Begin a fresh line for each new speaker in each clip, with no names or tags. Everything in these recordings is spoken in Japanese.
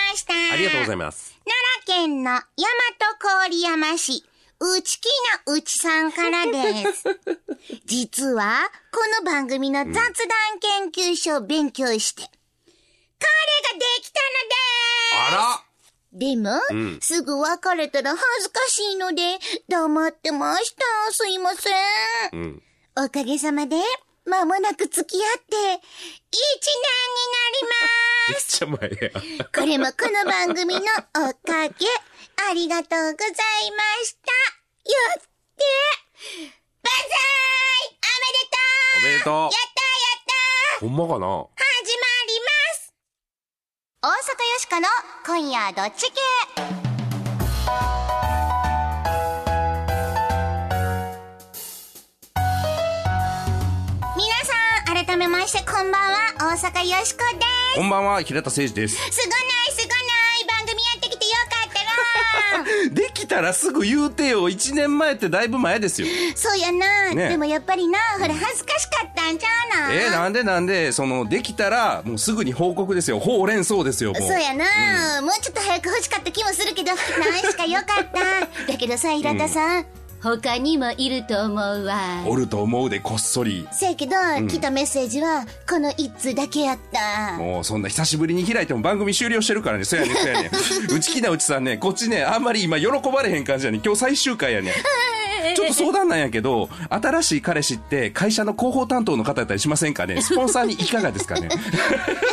がとうございます。
奈良県の大和郡山市、うちきのうちさんから です。実は、この番組の雑談研究所を勉強して、彼ができた
あ
のですでも、
ん
すぐ別れたら恥ずかしいので、黙ってました。すいません。
らうん。
おかげさまで、間もなく付き合って、一年になります
めっちゃ前や。
これもこの番組のおかげ。ありがとうございました。よって、バンザーイお
お
めでとう
めでと
やったやった
う。ほんまかな
始まります大阪よしかの今夜どっち系皆さん、改めましてこんばんは、大阪よしこです。
こんばんは、平田誠二です。
すごないすごない番組やってきてよかった な
できたらすぐ言うてよ。1年前ってだいぶ前ですよ。
そうやな、
ね
でもやっぱりなほら恥ずかしかったんちゃうな
えー、なんでなんで、その、できたら、もうすぐに報告ですよ。ほうれんそうですよ、もう。
そうやな、もうちょっと早く欲しかった気もするけど何しかよか っただけどさ平田さん、他にもいると思うわ
おると思うで、こっそり。
せやけど、来たメッセージはこの一通だけやった
もうそんな久しぶりに開いても番組終了してるからね。そうやねん、そうやねん。うちきなうちさんね、こっちね、あんまり今喜ばれへん感じやねん。今日最終回やねん。ちょっと相談なんやけど、新しい彼氏って会社の広報担当の方やったりしませんかねスポンサーにいかがですかね
よ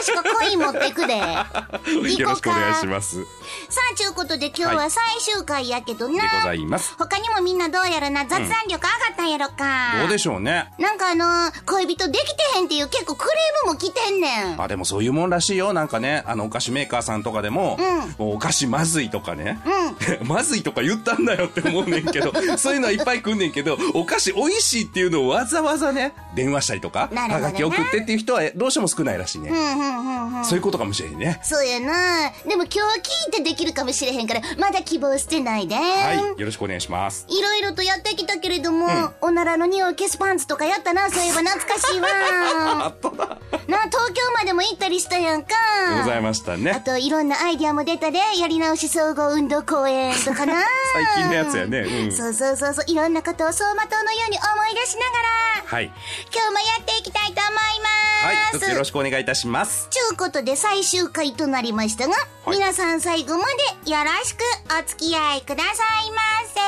しこコイン持ってく で行こうか
よろしくお願いします。で
さあちゅうことで今日は最終回やけどな、
ございます。
他にもみんなどうやらな雑談力上がったんやろか、
どうでしょうね。
なんかあのー恋人できてへんっていう結構クレームも来てんねん。
あ、でもそういうもんらしいよ。なんかね、あの、お菓子メーカーさんとかでも、
う
もうお菓子まずいとかね。 まずいとか言ったんだよって思うねん けど、そういうのはいっぱい来んねんけど、お菓子美味しいっていうのをわざわざね、電話したりとか、
なるほどね
はがき送ってっていう人はどうしても少ないらしいね。
うんうんうんうん。
そういうことかもしれへんね。
そうやなでも今日聞いてできるかもしれへんから、まだ希望してないで。
はい。よろしくお願いします。
いろいろとやってきたけれども、おならの匂い消すパンツとかやったな、そういえば懐か しいわ。なあ、東京までも行ったりしたやんか。
ございました
あ
ね。。
と、いろんなアイディアも出たで、やり直し総合運動公演とかな
最近のやつやねうん
そうそうそうそう、いろんなことを走馬灯のように思い出しながら。
はい。
今日もやっていきたいと思い
はい。
ま
どう
す。
ぞよろしくお願いいたします。
ちゅうことで最終回となりましたが、
はい
皆さん最後までよろしくお付き合いくださいませ。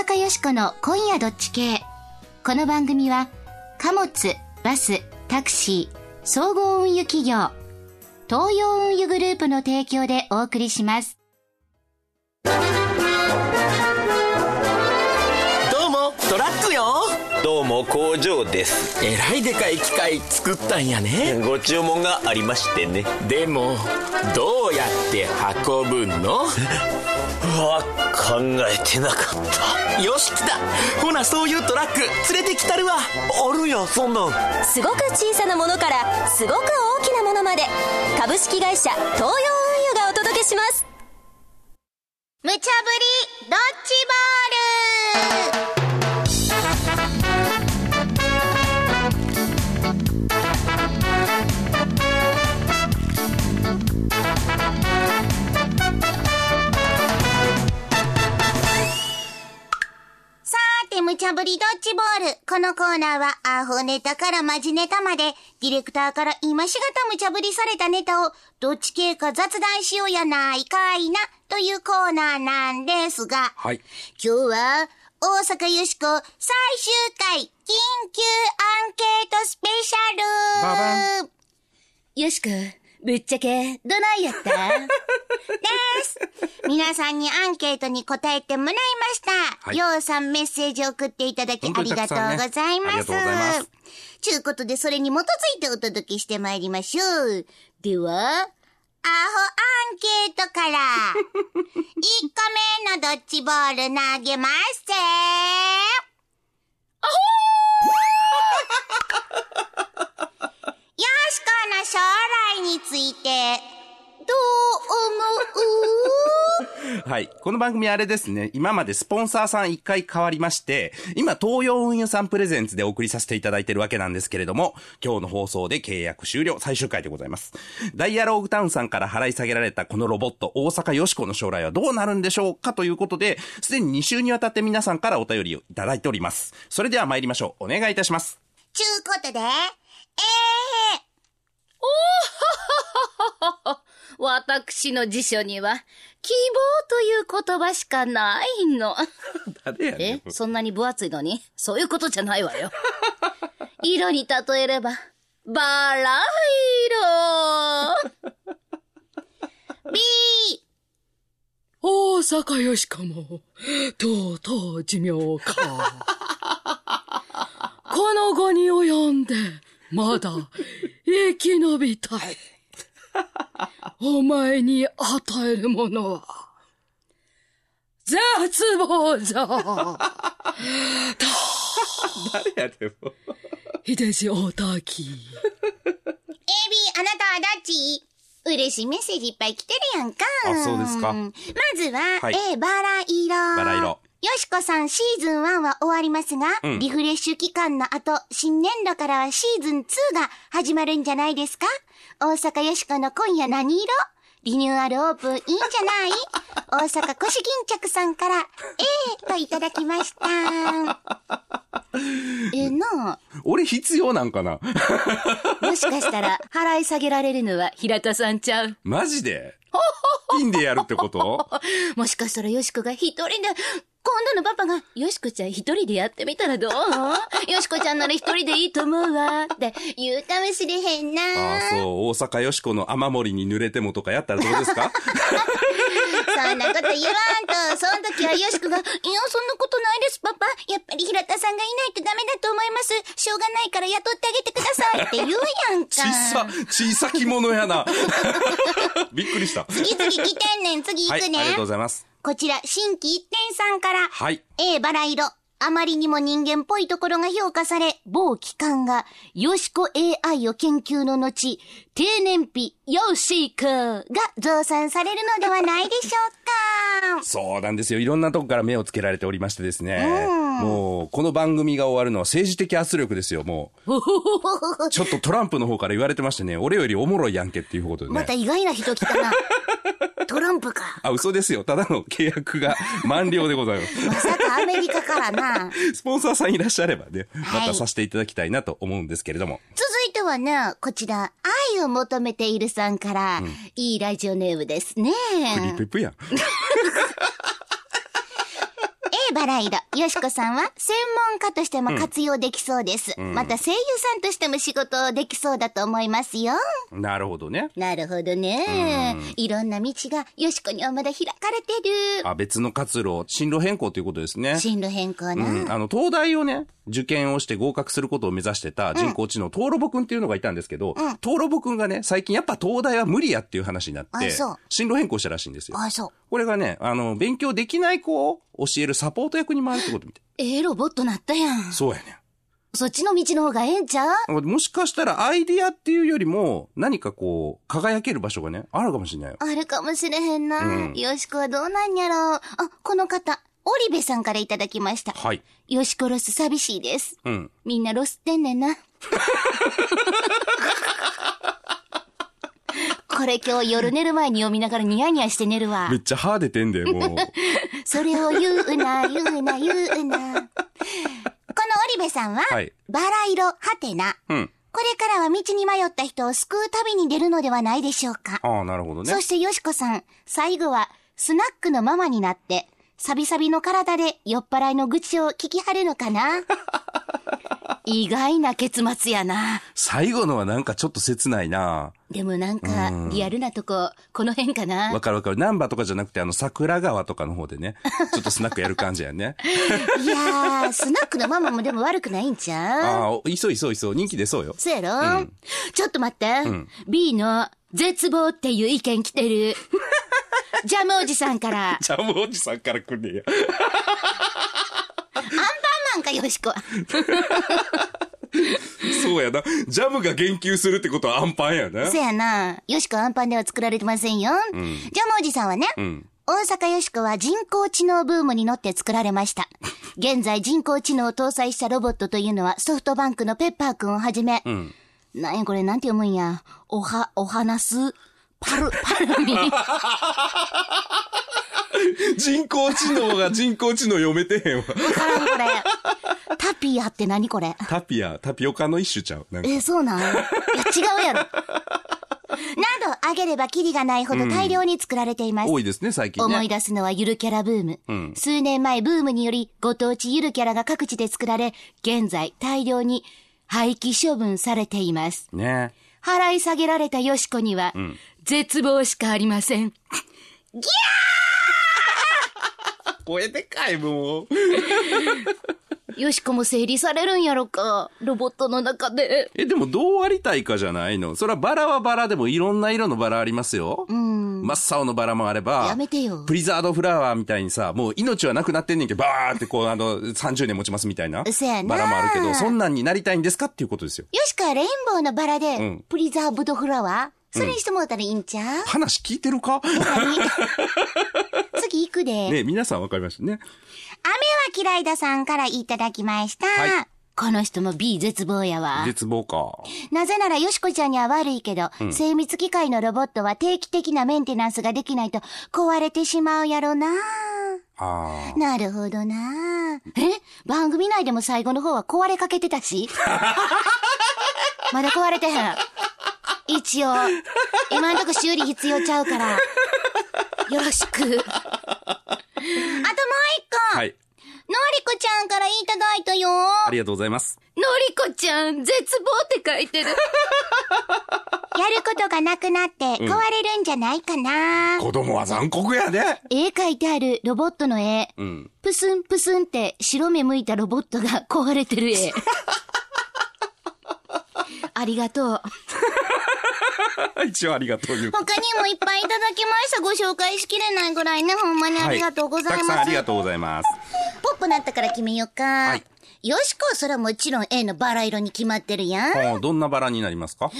大阪よしこの今夜どっち系。この番組は、貨物、バス、タクシー、総合運輸企業、東洋運輸グループの提供でお送りします。
どうもトラックよ
どうも工場です
えらいでかい機械作ったんやね
ご注文がありましてね
でもどうやって運ぶの
うわ考えてなかった
よし来たほなそういうトラック連れてきたるわ
あるやそんなん
すごく小さなものからすごく大きなものまで株式会社東洋運輸がお届けします
無茶ぶりドッジボールさーて、無茶ぶりドッジボール。このコーナーは、アホネタからマジネタまで、ディレクターから今しがた無茶ぶりされたネタを、どっち系か雑談しようやないかいな、というコーナーなんですが、
はい。
今日は、大阪よしこ最終回緊急アンケートスペシ
バ
ャ
バ
ル
よしくぶっちゃけどないやった
です。皆さんにアンケートに答えてもらいました。
はい
ようさんメッセージを送っていただき
本
あ
当
り
に
が
たく
と
さんね
うござい
あり
ま
が
す。
とうございます
ちゅうことで、それに基づいてお届けしてまいりましょう。では、アホアンケートから、1個目のドッジボール投げますぜよしこの将来について、どう思う
はい。この番組あれですね、今までスポンサーさん一回変わりまして、今東洋運輸さんプレゼンツでお送りさせていただいてるわけなんですけれども、今日の放送で契約終了、最終回でございます。ダイアローグタウンさんから払い下げられたこのロボット、大阪よしこの将来はどうなるんでしょうかということで、すでに2週にわたって皆さんからお便りをいただいております。それでは参りましょう。お願いいたします。
ちゅうことで、えー、
私の辞書には、希望という言葉しかないの。
誰やね
え
ん
そんなに分厚いのにそういうことじゃないわよ。色に例えれば、バラ色。
B、
大阪よしかも、とうとう寿命か。この後に及んで、まだ、生き延びたい。お前に与えるものは、絶望じゃ。
誰やねんもう
秀吉大滝。
AB、あなたはどっち嬉しいメッセージいっぱい来てるやんか。
あそうですか
まずは、
はい
A、バラ色。
バラ色。
よしこさんシーズン1は終わりますが、
うん
リフレッシュ期間の後、新年度からはシーズン2が始まるんじゃないですか大阪よしこの今夜何色リニューアルオープンいいんじゃない大阪コシギンチャクさんから、えーといただきま した。えーな
俺必要なんかな
もしかしたら、払い下げられるのは平田さんちゃう。
マジでピンでやるってこと
もしかしたらよしこが一人で、今度のパパが、よしこちゃん一人でやってみたらどうよしこちゃんなら一人でいいと思うわ。って言うかもしれへんな。
ああ、そう、大阪よしこの雨漏りに濡れてもとかやったらどうですか
そんなこと言わんと、その時はよしこが、いや、そんなことないです、パパ。やっぱり平田さんがいないとダメだと思います。しょうがないから雇ってあげてくださいって言うやん
小
か。
さ、小さ着物やな。 びっくりした。
次々来てんねん、次
は
行
い、あ
く
り
ね
が
ん。
とうございます。
こちら、新規一点さんから、
はい。
A バラ色。あまりにも人間っぽいところが評価され、某機関が、ヨシコ AI を研究の後、低燃費、ヨシコが増産されるのではないでしょうか。
そうなんですよ。いろんなとこから目をつけられておりましてですね。もう、この番組が終わるのは政治的圧力ですよ、も う。ちょっとトランプの方から言われてましてね、俺よりおもろいやんけっていうことで
また
ね。
意外な人来たな。トランプか。
あ、嘘ですよ。ただの契約が満了でござい ます。
まさかアメリカからな。続
スポンサーさんいらっしゃればね、
はい
またさせていただきたいなと思うんですけれども。
いてはね、こちら、愛を求めているさんから、いいラジオネームですね。
プリペプやん。
A バラ色。よしこさんは専門家としても活用できそうです。また声優さんとしても仕事をできそうだと思いますよ。
なるほどね。
なるほどね。いろんな道がよしこにはまだ開かれて
あ、別の活路、進路変更ということですね
る。。進路変更な。
うん、あの、東大をね、受験をして合格することを目指してた人工知能、トーロボくんっていうのがいたんですけど、トーロボくんがね、最近やっぱ東大は無理やっていう話になっ
あ
て
そう、
進路変更したらしいんですよ。
あ、そう。
これがね、あの、勉強できない子を教えるサポート役に回るってことみたい。
ええロボットなったやん。
そうやね。
そっちの道の方がええんちゃうん
もしかしたらアイディアっていうよりも、何かこう、輝ける場所がね、あるかもしれないよ。
あるかもしれへんな。
うん
よしこはどうなんやろう。あ、この方、オリベさんからいただきました。
はい。
よしこロス寂しいです。
うん。
みんなロスってんねんな。これ今日夜寝る前に読みながらニヤニヤして寝るわ
め。っちゃ歯出てんで、 もう。
それを言うな、言うな、言うな。このオリベさんは、
はい
バラ色、ハテナ。
うん。
これからは道に迷った人を救う旅に出るのではないでしょうか。
ああ、なるほどね
そ。してよしこさん、最後は、スナックのママになって、サビサビの体で酔っ払いの愚痴を聞きはるのかな意外な結末やな。
最後のはなんかちょっと切ないな
でもなんか、リアルなとこ、この辺かな
わ。かるわかる。ナンバーとかじゃなくて、あの、桜川とかの方 でね、ちょっとスナックやる感じやね。
いやー、スナックのママもでも悪くないんちゃう
ああ、いそういそういそう。人気出そうよ。
そうやろ、ちょっと待って、B の絶望っていう意見来てる。ジャムおじさんから。
ジャムおじさんから来んねや。
なんかよしこ。
そうやな。ジャムが言及するってことはアンパンやな
そ。やな。よしこアンパンでは作られてませんよ。ジャムおじさんはね、
ん
大阪よしこは人工知能ブームに乗って作られました。現在人工知能を搭載したロボットというのはソフトバンクのペッパーくんをはじめ、
ん
なんやこれなんて読むんや。おは、お話す、パル、パルミン。
人工知 能が人工知能読めてへんわ。
からんこれ。タピアって何これ。
タピア、タピオカの一種ちゃう。なんか
え、そうなんいや違うやろ。など、あげればキリがないほど大量に作られています。
多いですね、最近ね。
思い出すのはゆるキャラブーム。
ん
数年前ブームにより、ご当地ゆるキャラが各地で作られ、現在大量に廃棄処分されています。
ね
払い下げられたよしこには、絶望しかありません。
声でかい、もう。
よしこも整理されるんやろか。ロボットの中で。
え、でもどうありたいかじゃないのそれはバラはバラでもいろんな色のバラありますよ。
うん。
真っ青のバラもあれば、
やめてよ
プリザードフラワーみたいにさ、もう命はなくなってんねんけど、バーってこう、あの、30年持ちますみたいな。
せやな
バラもあるけど、そんなんになりたいんですかっていうことですよ。
よしこはレインボーのバラで、
ん
プリザーブドフラワーそれにしてもらったらいいんち ゃう、
話聞いてるか
次行くで。
ね皆さんわかりましたね。
雨は嫌いださんからいただきました。
は
この人も B 絶望やわ。
絶望か。
なぜならよしこちゃんには悪いけど、精密機械のロボットは定期的なメンテナンスができないと壊れてしまうやろな。
あ
なるほどな。え番組内でも最後の方は壊れかけてたしまだ壊れてへん。一応、今んとこ修理必要ちゃうから、よろしく。あともう一
あ。
個、
はい。
のりこちゃんからいただいたよ。
ありがとうございます。
のりこちゃん、絶望って書いて
や
る。
ることがなくなって壊れるんじゃないかな。
子供は残酷やね。
絵描いてあるロボットの絵。
うん。
プスンプスンって白目向いたロボットが 壊れてる絵。ありがとう。
一応ありがとういう。
他にもいっぱいいただきました。ご紹介しきれないぐらいね。ほんまにありがとうございま
はたく
す。
さんありがとうございます。
ポップなったから決めようか。
い
よしこ、それはもちろん絵のバラ色に決まってるやん。
あーどんなバラになりますか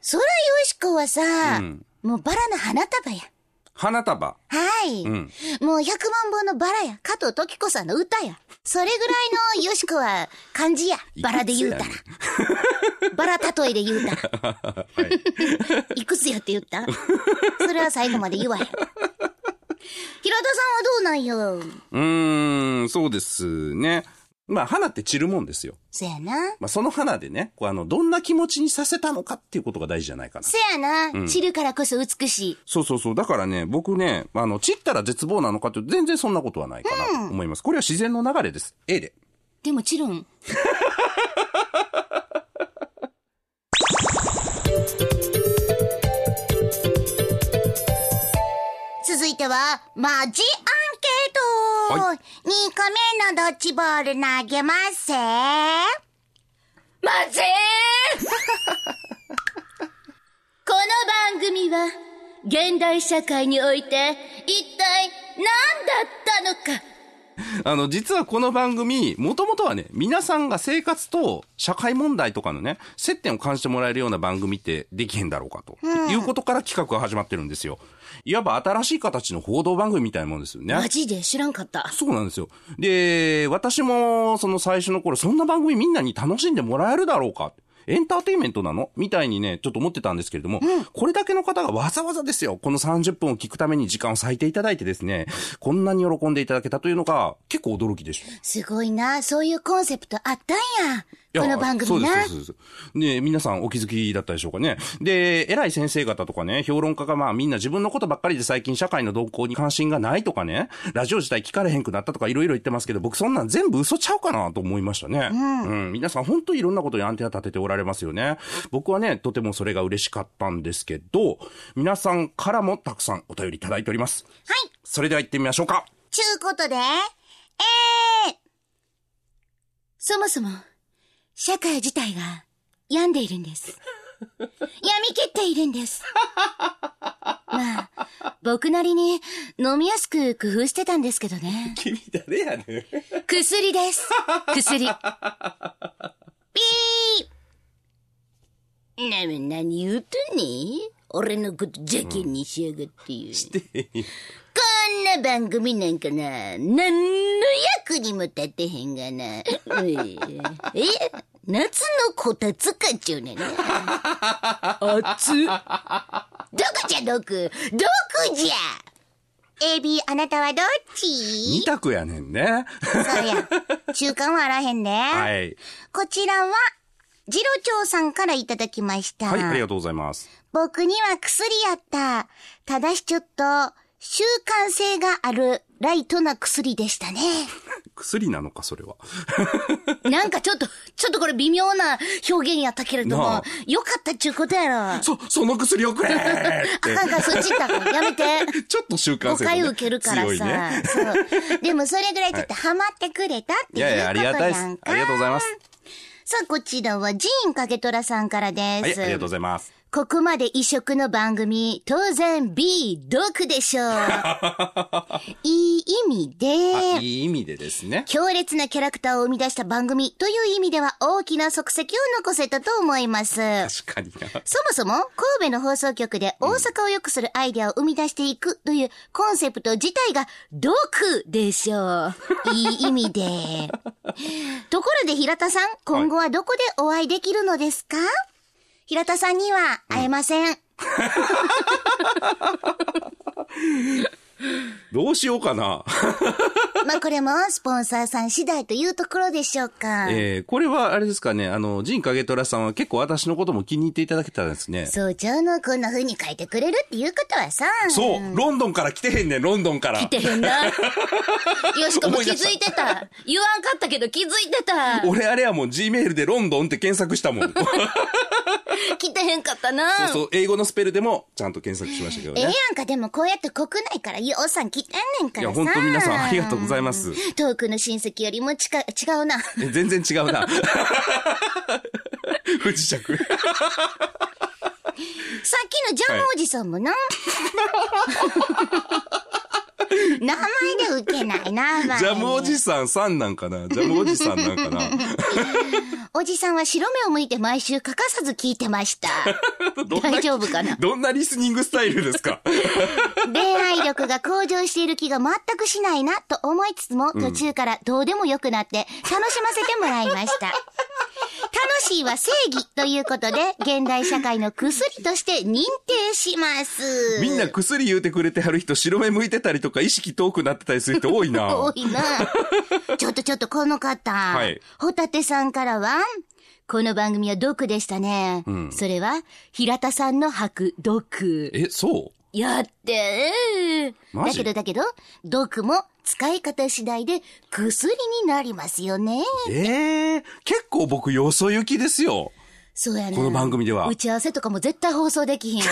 そらよしこはさ、
うん
もうバラの花束や。
花束。
はい。
うん。
もう百万本のバラや、加藤時子さんの歌や。それぐら いのよしこは漢字や。バラで言うたら。 バラ例えで言うたら。
は い。
いくつやって言ったそれは最後まで言 わへん。平田さんはどうなんよ。
うーん、そうですね。まあ、花って散るもんですよ。
そやな。
まあ、その花でね、こうあの、どんな気持ちにさせたのかっていうことが大事じゃないかな。
そやな。散るからこそ美しい。
そうそうそう。だからね、僕ね、あの、散ったら絶望なのかっていうと全然そんなことはないかなと思います。これは自然の流れです。A で。
でもちろ ん。続いては、マジアンケート、
は
二 !2 個目のドッジボール投げますせ
マジこの番組は、現代社会において、一体何だったのか。
あの、実はこの番組、もともとはね、皆さんが生活と社会問題とかのね、接点を感じてもらえるような番組ってできへんだろうかと、いうことから企画が始まってるんですよ。いわば新しい形の報道番組みたいなもんですよね。
マジで知らんかった。
そうなんですよ。で、私も、その最初の頃、そんな番組みんなに楽しんでもらえるだろうか。エンターテインメントなのみたいにね、ちょっと思ってたんですけれども、これだけの方がわざわざですよ、この30分を聞くために時間を割いていただいてですね、こんなに喜んでいただけたというのが、結構驚きでした。
すごいな。そういうコンセプトあったんや。
いや
この番組な。
そうです、そうです。ね皆さんお気づきだったでしょうかね。で、偉い先生方とかね、評論家がまあみんな自分のことばっかりで最近社会の動向に関心がないとかね、ラジオ自体聞かれへんくなったとかいろいろ言ってますけど、僕そんなん全部嘘ちゃうかなと思いましたね。うん。皆さん本当にいろんなことにアンテナ立てておられますよね。僕はね、とてもそれが嬉しかったんですけど、皆さんからもたくさんお便りいただいております。
はい。
それでは行ってみましょうか。
ちゅうことで、えー、
そもそも、
社会自体が病んでいるんです。病み切っているんです。まあ、僕なりに飲みやすく工夫してたんですけどね。
君誰やねん。
薬です。薬。
なめ何言うとね俺のこと邪険にしやがってよ。こんなな番組なんかな、何の役にも立てへんがな。ええ夏のこたつ課長なの。
熱
どこじゃ、どこどこじゃ
AB あなたはどっ
二
ち
択やねんね。
そうや。中間はあらへんね。
はい。
こちらは、ジロチョウさんからいただきました。
はい、ありがとうございます。
僕には薬やった。ただしちょっと、習慣性があるライトな薬でしたね。
薬なのか、それは。
なんかちょっと、ちょっとこれ微妙な表現やったけれど
な
も
あ、
よかったっちゅうことやろ。あ
そ、その薬をくれっ
かん
て。
かん、そっち行ったらやめて。
ちょっと習慣
誤
性がね
解を受けるから
強い
さ。
ね。
そう。でもそれぐらいちょっとハマってくれたっ
い
ていうこと
やい
やん
や、あり
か。
がたいです。ありがとうございます。
さあ、こちらはジーンかけとらさんからです。
はい、ありがとうございます。
ここまで異色の番組、当然 B、毒で しょう。いい意味
あ、
で、
いい意味でです ね。
強烈なキャラクターを生み出した番組という意味では大きな足跡を残せたと思います。
確かにな。
そもそも神戸の放送局で大阪を良くするアイデアを生み出していくというコンセプト自体が毒でしょう。 いい意味で。ところで平田さん、今後はどこでお会いできるのですか、平田さんには会えません。
どうしようかな。
まあこれもスポンサーさん次第というところでしょうか。
えー、これはあれですかね、あの、ジンカゲトラさんは結構私のことも気に入っていただけたんですね。
そうちゃうの、こんな風に書いてくれるっていうことはさ。
そう、ロンドンから来てへんねん、ロンドンから。
ってへん な。よしこも気づいてた。言わんかったけど気づいてた。
俺あれやもん、Gmail でロンドンって検索した もん。そう
来てへんかったな。
そう、英語のスペルでもちゃんと検索しましたけど
ええや
ね。
んか、でもこうやって国内から予算来てんねん
い
から
や、
さ。
本当皆さんありがとうございます。
遠くの親戚よりも近、違う な。
え全然違うな。 不時着。
さっきのジャムおじさんもな。 名前でウケないな、まあ
ジャムおじさんさんなんかなジャムおじさんなんかな
おじさんは白目を向いて毎週欠かさず聞いてま した。
どんな
大丈夫かな
どんなリスニングスタイルですか
恋愛力が向上している気が全くしないなと思いつつも、途中からどうでもよくなって楽しませてもらいました。楽しいは正義ということで、現代社会の薬として認定します。
みんな薬言うてくれてはる人白目向いてたりとか意識遠くなってたりする人多い な。
多い な。ちょっとちょっとこの方。
い
ホタテさんからは、この番組は毒でしたね。それは、平田さんの吐く毒。
え、そ
やって。
マ
だ
ジ
けどだけど、毒も使い方次第で薬になりますよね。
うええ結構僕よそ行きですよ。
そうやね。
この番組では
打ち合わせとかも絶対放送で きひん。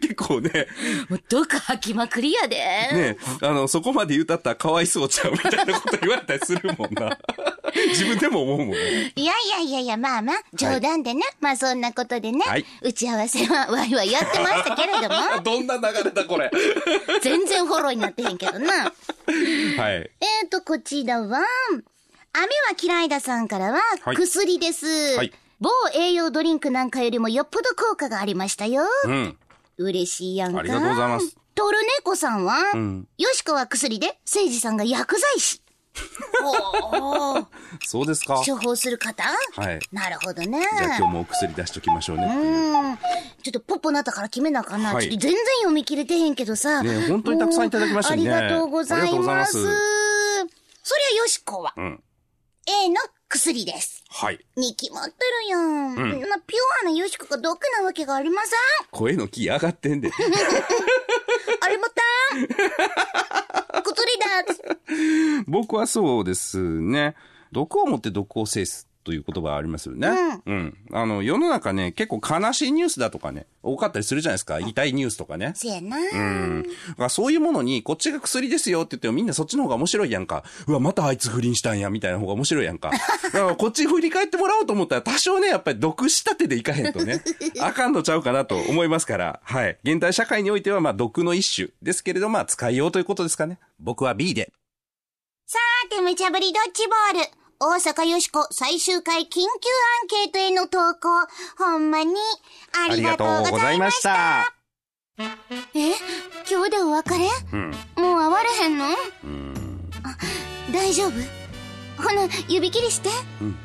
結構ね、
もう毒吐きまくりや で。
ね、あの、そこまで言うたったらかわいそうちゃうみたいなこと言われたりするもんな。 自分でも思うもんね。
いやいやいやいや、まあまあ、冗談でね。まあそんなことでね。
はい、
打ち合わせはワイワイやってましたけれども
どんな流れだこれ。
全然フォローになってへんけどな。
はい。
えーと、こちらは、雨は嫌いださんからは
は、い
薬です、
はい
某栄養ドリンクなんかよりもよっぽど効果がありましたよ。
うん。
嬉しいやんか。
ありがとうございます。
トルネコさんは、
ん
よしこは薬で、せいじさんが薬剤師。おー
そうですか。じ
処方する方
はい
なるほどね。
ゃあ今日もお薬出しときましょうね。
うん。ちょっとポッポなったから決めなあかんな。
は
ち
い
ょっと全然読み切れてへんけどさ。
ねえ本当にたくさんいただきましたね
もうありがとうござ
ありが
い
とうござい
ま。
ますす
そりゃよしこは、
ん
A の薬です。
はい。
に決まってるやん。まあ、ピュアなよしこが毒なわけがありませ
声の気上がってんで。
ん。あれまた薬だ。
僕はそうですね。毒をもって毒を制すという言葉ありますよね。うん。あの、世の中ね、結構悲しいニュースだとかね、多かったりするじゃないですか。痛いニュースとかね。
せやな。
うん。だからそういうものに、こっちが薬ですよって言ってもみんなそっちの方が面白いやんか。うわ、またあいつ不倫したんや、みたいな方が面白いやんか。だからこっち振り返ってもらおうと思ったら多少ね、やっぱり毒したてでいかへんとね、あかんのちゃうかなと思いますから、はい。現代社会においてはまあ毒の一種ですけれど、まあ使いようということですかね。僕は B で。
さて、無茶ぶりドッジボール。大阪よしこ最終回緊急アンケートへの投稿。ほんまに、ありがとうございました。
た。
え今日でお別れ
うん。
もう会われへんの
うん。
大丈夫ほな、指切りして。
うん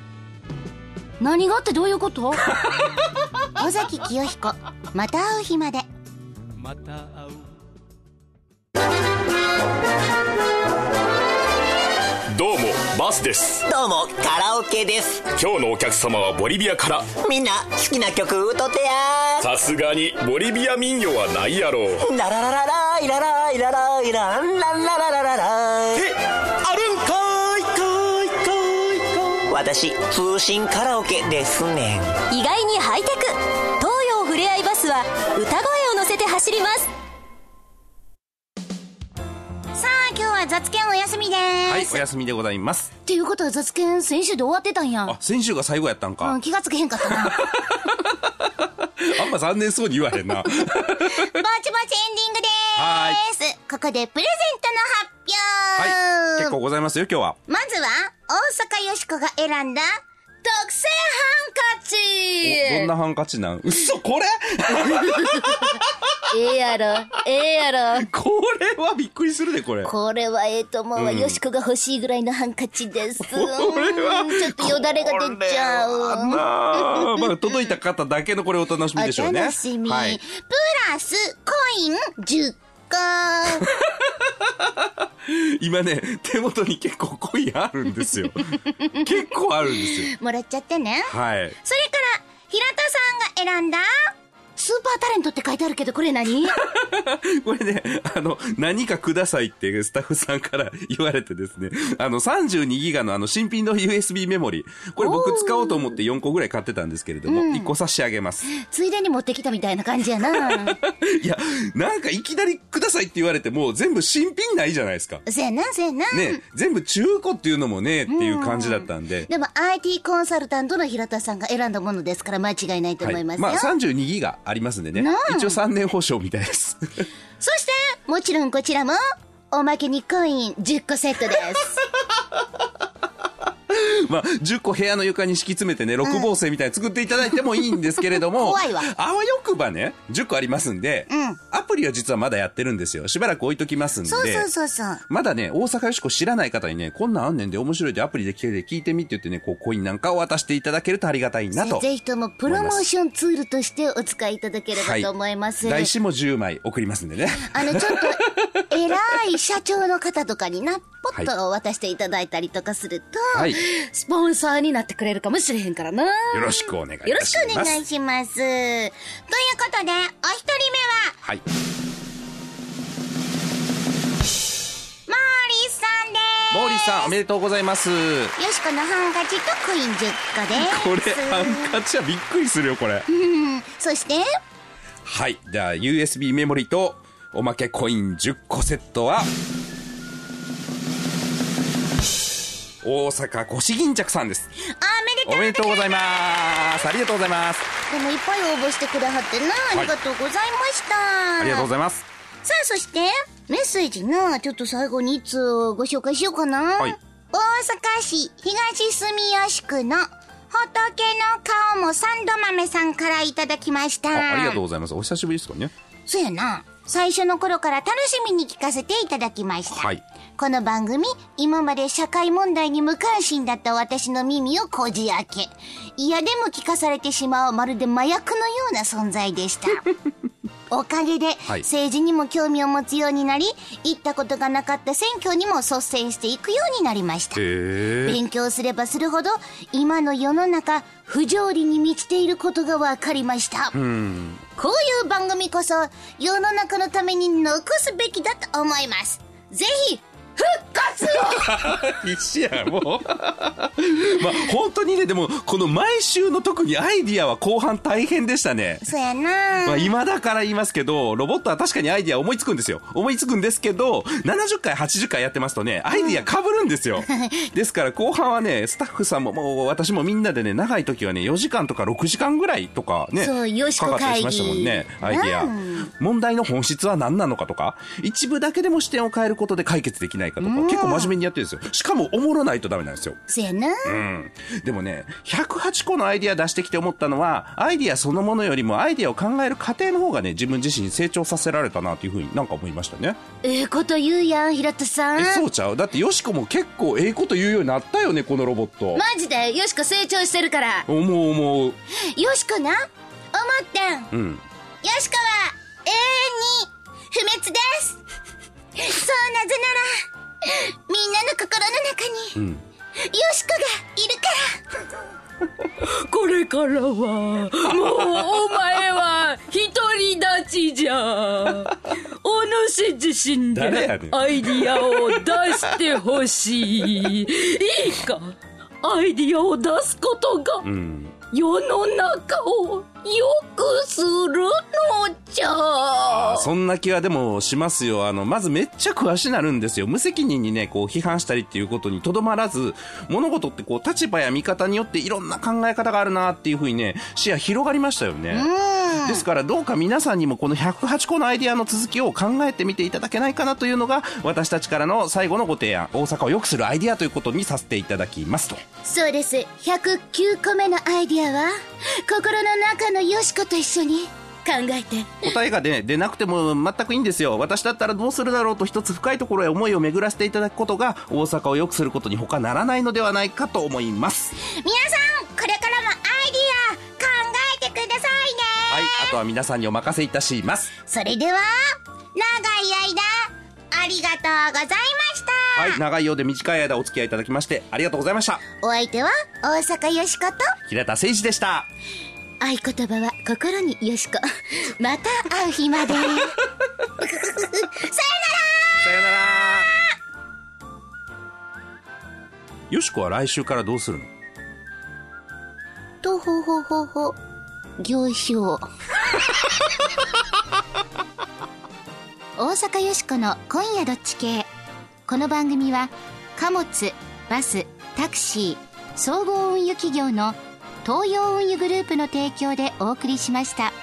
何がってどういうこと 尾崎清彦、また会う日まで。
どうもバスです
どうもカラオケです
今日のお客様はボリビアから
みんな好きな曲歌ってや
さすがにボリビア民謡はないやろ
ーララララライラライラライランランラララララえあるんかいかいかいかい私通信カラオケですねん
意外にハイテク東洋ふれあいバスは歌声を乗せて走ります
さあ、今日は雑研お休みで
は
ー
い
す。、
お休みでございます。
っていうことは雑研先週で終わってたんやん
あ、。先週が最後やったんか。
うん、気がつけへんかったな。バチバ
あんま残念そうに言わへんな。
チエンディングで
は
ーす。ここでプレゼントの発
はい。
表、
結構ございますよ、今日は。
まずは、大阪よしこが選んだ、特製ハンカチ
おどんなハンカチなん嘘これ
ええやろ、ええやろ。
これはびっくりするで、これ。こ
これはええと思うわ。よしこが欲しいぐらいのハンカチ です。こ
れは
ちょっとよだれが出ちゃう。
あーまあ、届いた方だけのこれお楽しみでしょうね。
お楽しみ。
はい
プ。ラス、コイン10個。
今ね、手元に結構コインあるんですよ。結構あるんですよ。
もらっちゃってね。
はい。
それから、平田さんが選んだ、
スーパータレントって書いてあるけど、これ何
これね、あの、何かくださいってスタッフさんから言われてですね、あの、32ギガのあの、新品の USB メモリー、これ僕使おうと思って4個ぐらい買ってたんですけれども、1個差し上げます。
ついでに持ってきたみたいな感じ やな。
いや、なんかいきなりくださいって言われても、全部新品ないじゃないですか。
せやな、せやな。
ね、全部中古っていうのもね、っていう感じだったんで。
でも IT コンサルタントの平田さんが選んだものですから間違いないと思いますよ。
まあ32ギガありますんでね。一応3年保証みたいです。
そして、もちろんこちらも、おまけにコイン10個セットです。
まあ、10個部屋の床に敷き詰めてね、六芒星みたいに作っていただいてもいいんですけれど も、
怖いわ
あわよくばね、10個ありますんで、
うん
アプリは実はまだやってるんですよ。しばらく置いときますん で。
そうそうそうそう。
まだね、大阪よしこ知らない方にね、こんなんあんねんで面白いでアプリで聞いて聞いてみって言ってね、こうコインなんかを渡していただけるとありがたいなと。
ぜひともプロモーションツールとしてお使いいただければと思います。
台紙も10枚送りますんで ね。
あの、ちょっと、偉い社長の方とかにな、ポッと渡していただいたりとかすると、
はい。よ
スポンサーになってくれるかもしれへんからな。
ろしくお願いいたします。
よろしく
お願いします。ということで、お一人目は、
はい。
モーリーさんで
モーリーさん、おめでとうございます。
す。よしこのハンカチとコイン10個です。
これ、ハンカチはびっくりするよ、これ。
うん。そして、
はい。じゃあ、USB メモリと、おまけコイン10個セットは、大阪越銀着さんです。
あ、めでとう
おめでとうございます。ありがとうございます。
でもいっぱい応募してくれはってな、ありがとうございました。
ありがとうございます。
さあ、そして、メッセージな、ちょっと最後に一通ご紹介しようかな。
はい
大阪市東住吉区の仏の顔もサンド豆さんからいただきました。
あありがとうございます。お久しぶりですかね。
そうやな。最初の頃から楽しみに聞かせていただきました。
はい
この番組、今まで社会問題に無関心だった私の耳をこじ開け、嫌でも聞かされてしまうまるで麻薬のような存在で した。おかげで、
い
政治にも興味を持つようになり、行ったことがなかった選挙にも率先していくようになりました。
へえ。
勉強すればするほど今の世の中不条理に満ちていることが分かりましたこういう番組こそ世の中のために残すべきだと思いますぜひ 復活を
必死や、もう。 まあ、本当にね、でも、この毎週の特にアイディアは後半大変でしたね。
そうやな、
まあ、今だから言いますけど、ロボットは確かにアイディア思いつくんですよ。思いつくんですけど、70回、80回やってますとね、アイディア被るんですよ。ですから後半はね、スタッフさんも、もう私もみんなでね、長い時はね、4時間とか6時間ぐらいとかね、
そうよしこ
かかったりしましたもんね、アイディア。問題の本質は何なのかとか、一部だけでも視点を変えることで解決できなないかとか、結構真面目にやってるんですよ。しかもおもろないとダメなんですよ。
せやな。
うん。でもね、108個のアイディア出してきて思ったのは、アイディアそのものよりもアイディアを考える過程の方がね、自分自身に成長させられたなというふうになんか思いましたね。
ええこと言うやん、平田さん
え、。そうちゃうだってよしこも結構ええこと言うようになったよね、このロボット。
マジで、よしこ成長してるから。
思う思う。
よしこな、思ってん。よ
うん。
しこは、永遠に、不滅です。そうなぜなら、みんなの心の中に、よしこがいるから。
これからは、もうお前は独り立ちじゃ。お主自身
誰やね
で
ん
アイディアを出してほしい。いいかアイディアを出すことが
うん。
世の中を良くするのじゃ。
そんな気はでもしますよ。あの、まずめっちゃ詳しなるんですよ。無責任にね、こう批判したりっていうことにとどまらず、物事ってこう立場や見方によっていろんな考え方があるなっていうふうにね、視野広がりましたよね。ですからどうか皆さんにもこの108個のアイディアの続きを考えてみていただけないかなというのが、私たちからの最後のご提案、大阪を良くするアイディアということにさせていただきますと。
そうです。109個目のアイディアは、心の中のよしこと一緒に考えて。
答えがね、出なくても全くいいんですよ。私だったらどうするだろうと一つ深いところへ思いを巡らせていただくことが、大阪を良くすることに他ならないのではないかと思います。
皆さん、これからもアイディア、考えてくださいね。
はい、あとは皆さんにお任せいたします。
それでは、長い間、ありがとうございました。
はい、長いようで短い間お付き合いいただきまして、ありがとうございました。
お相手は、大阪よしこと、
平田誠二でした。
合言葉は心に よしこ。また会う日まで。さよなら
さよならよしこは来週からどうするの
とほほほほ行商大阪よしこの「今夜どっち系」この番組は貨物バスタクシー総合運輸企業の東洋運輸グループの提供でお送りしました。